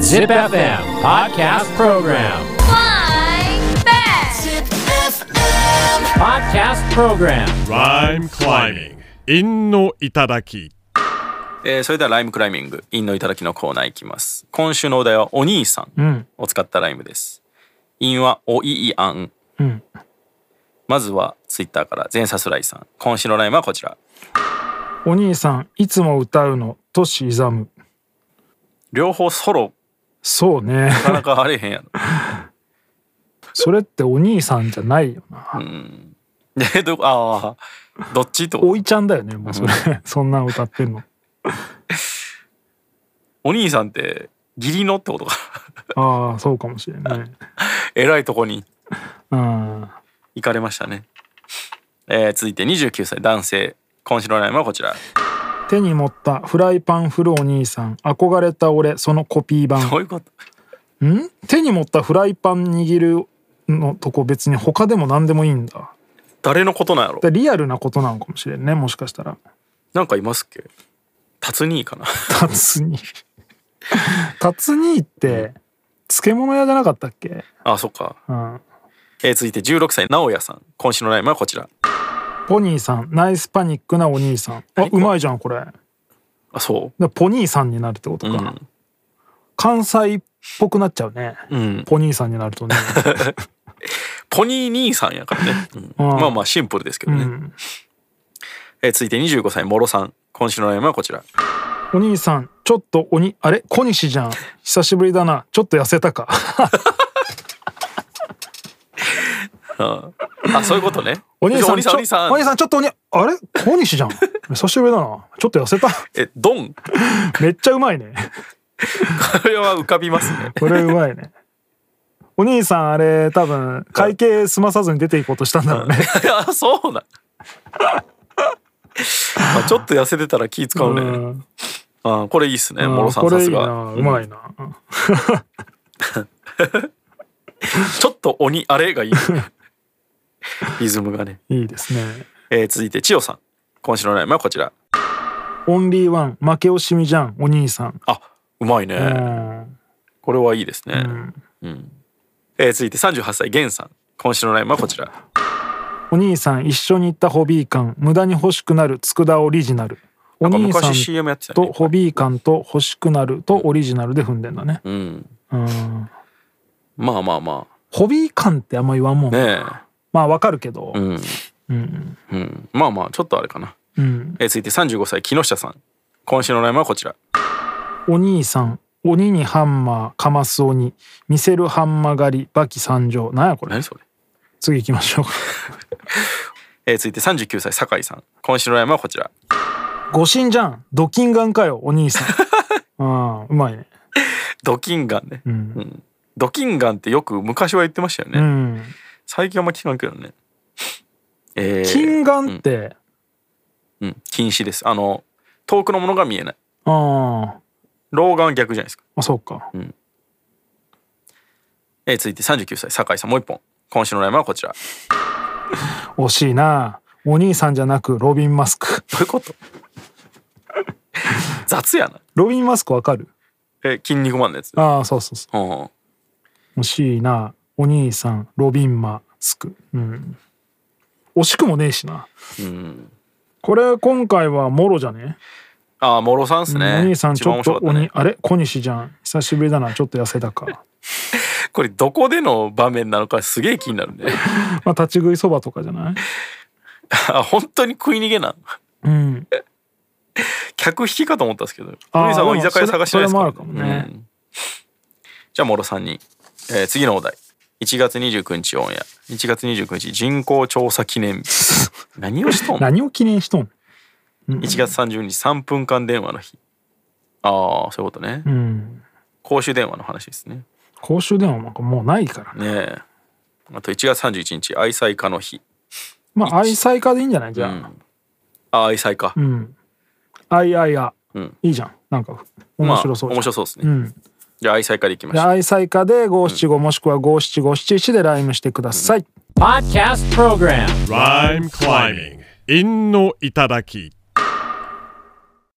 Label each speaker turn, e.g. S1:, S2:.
S1: Zip FM Podcast Program.
S2: Flying back.
S1: Podcast Program.
S3: Rhyme climbing. 陰の頂き。
S4: えーそれではライムクライミング陰の頂きのコーナーいきます今週のお題は「お兄さん
S5: うん」
S4: を使ったライムです陰は「おいいあん
S5: うん」
S4: まずはツイッターから全サスライさん今週のライムはこちら
S5: お兄さんいつも歌うのとしいざむ
S4: 両方ソロ
S5: そう ね
S4: なかなかあれへんやろ
S5: それってお兄さんじゃないよな
S4: でどああどっちってこと
S5: おいちゃんだよねもうそれそんなん歌ってんの
S4: お兄さんって義理のってことか
S5: ああそうかもしれない
S4: えらいとこに
S5: うん
S4: 行かれましたね、えー続いて29歳男性今週のライムはこちら
S5: 手に持ったフライパン振るお兄さん憧れた俺そのコピー版
S4: どういうこと
S5: ん手に持ったフライパン握るのとこ別に他でも何でもいいんだ
S4: 誰のことなんやろ
S5: でリアルなことなのかもしれんねもしかした ら
S4: なんかいますっけタツニーかな
S5: タツニタツニって漬物屋じゃなかったっけ、
S4: あそっか
S5: うん、
S4: えー続いて16歳直哉さん今週のライムはこちら
S5: ポニーさんナイスパニックなお兄さんあうまいじゃんこれ
S4: あそ
S5: でポニーさんになるってこと
S4: うう
S5: か、
S4: ん、
S5: 関西っぽくなっちゃうね
S4: うん、
S5: ポニーさんになるとね、
S4: ポニー兄さんやからね、うん
S5: ああ
S4: まあまあシンプルですけ
S5: う
S4: どね、
S5: ん、
S4: えー続いて25歳もろさん今週のライムはこちら
S5: お兄さんちょっとおにあれ小西じゃん久しぶりだなちょっと痩せたか
S4: ああそういうことね
S5: お兄さん
S4: お兄さん
S5: ちょ
S4: お兄さん
S5: お兄さんちょっとおにあれ小西じゃん久しぶりだなちょっと痩せた
S4: えドンこ
S5: めっちゃうまいね
S4: れは浮かびますね
S5: これうまいねお兄さんあれ多分会計済まさずに出ていこうとしたんだろうね
S4: いやそうなん まあちょっと痩せてたら気使うね、
S5: うん
S4: あこれいいっすね
S5: うん
S4: もろさん
S5: こ
S4: さ
S5: れい
S4: す
S5: いな
S4: が
S5: うまいな、
S4: ちょっと鬼あれがいい リズムがね、
S5: いいですね
S4: えー続いて千代さん今週のライムはこちら
S5: オンリーワン負け惜しみじゃんお兄さん、
S4: あうまいね、
S5: うん
S4: これはいいですね、
S5: うん
S4: えー続いて38歳源さん今週のライムはこちら
S5: お兄さん一緒に行ったホビー館無駄に欲しくなる佃オリジナルお
S4: なんか
S5: 兄さん
S4: 昔 CM やってたね
S5: とホビー館と欲しくなるとオリジナルで踏んでんだね、
S4: うん
S5: うん、
S4: まあまあま
S5: ホビー館ってあんま言わんもん
S4: あね
S5: まあわかるけど
S4: えうん、
S5: うん
S4: うん、まあまあちょっとあれかな、
S5: うん、
S4: えー続いて35歳木下さん今週のライムはこちら
S5: お兄さん鬼にハンマーかます鬼見せるハンマ狩りバキ三条なんやこれ
S4: 何それ、
S5: 次行きましょう
S4: えー続いて39歳酒井さん今週のライムはこちら
S5: 誤信じゃんドキンガンかよお 兄さんああうまいね
S4: ドキンガンね、
S5: うん
S4: うんドキンガンってよく昔は言ってましたよね、
S5: うん
S4: 最近あんま聞かんけどねえー、
S5: 金眼って、
S4: うん、禁止ですあの遠くのものが見えない
S5: ああ
S4: 老眼は逆じゃないですか、
S5: あそうか
S4: えー続いて39歳酒井さんもう一本今週のライムはこちら
S5: 惜しいなお兄さんじゃなくロビン・マスク
S4: どういうこと雑やな。
S5: ロビン・マスクわかる
S4: え、筋肉マンのやつ。
S5: ああそうそうそ
S4: うん。
S5: う惜しいなお兄さんロビン・マスクうん惜しくもねえしな
S4: うん。
S5: これ今回はもろじゃね
S4: ああ、諸さんっすね。
S5: お兄さん
S4: 一
S5: ち
S4: 番
S5: ょっ
S4: 面白
S5: と
S4: かった
S5: 鬼、
S4: ね。
S5: あれ小西じゃん久しぶりだなちょっと痩せたか
S4: これどこでの場面なのかすげえ気になるね。
S5: まあ立ち食いそばとかじゃない
S4: あ 本当に食い逃げなの。
S5: うん
S4: 客引きかと思ったんですけど。
S5: あー
S4: お兄さんは居酒屋探してないです
S5: でもそれそれもあるかもね
S4: うんじゃあ、諸さんに。えー次のお題。1月29日オンエア。1月29日人口調査記 念日。何をしとんの
S5: 何を記念しとん
S4: ?1 月30日3分間電話の日。ああ、そういうことね。
S5: うん
S4: 公衆電話の話ですね。
S5: 公衆電話なんかもうないから
S4: ね
S5: ね
S4: えあと1月31日愛妻家の日
S5: まあ愛妻家でいいんじゃないじゃあ、
S4: あ愛妻家、
S5: うん。あいあいあ。
S4: うん
S5: いいじゃん。なんか、面白そう
S4: まあ、
S5: じ
S4: 面白
S5: ゃん
S4: そうですね、
S5: うん。
S4: じゃあ愛妻家でいきま
S5: で、
S4: しょう
S5: 愛妻家で五七五もしくは五七五七一でライムしてください。
S1: Podcast Program.
S3: Rhyme climbing. 陰の頂き。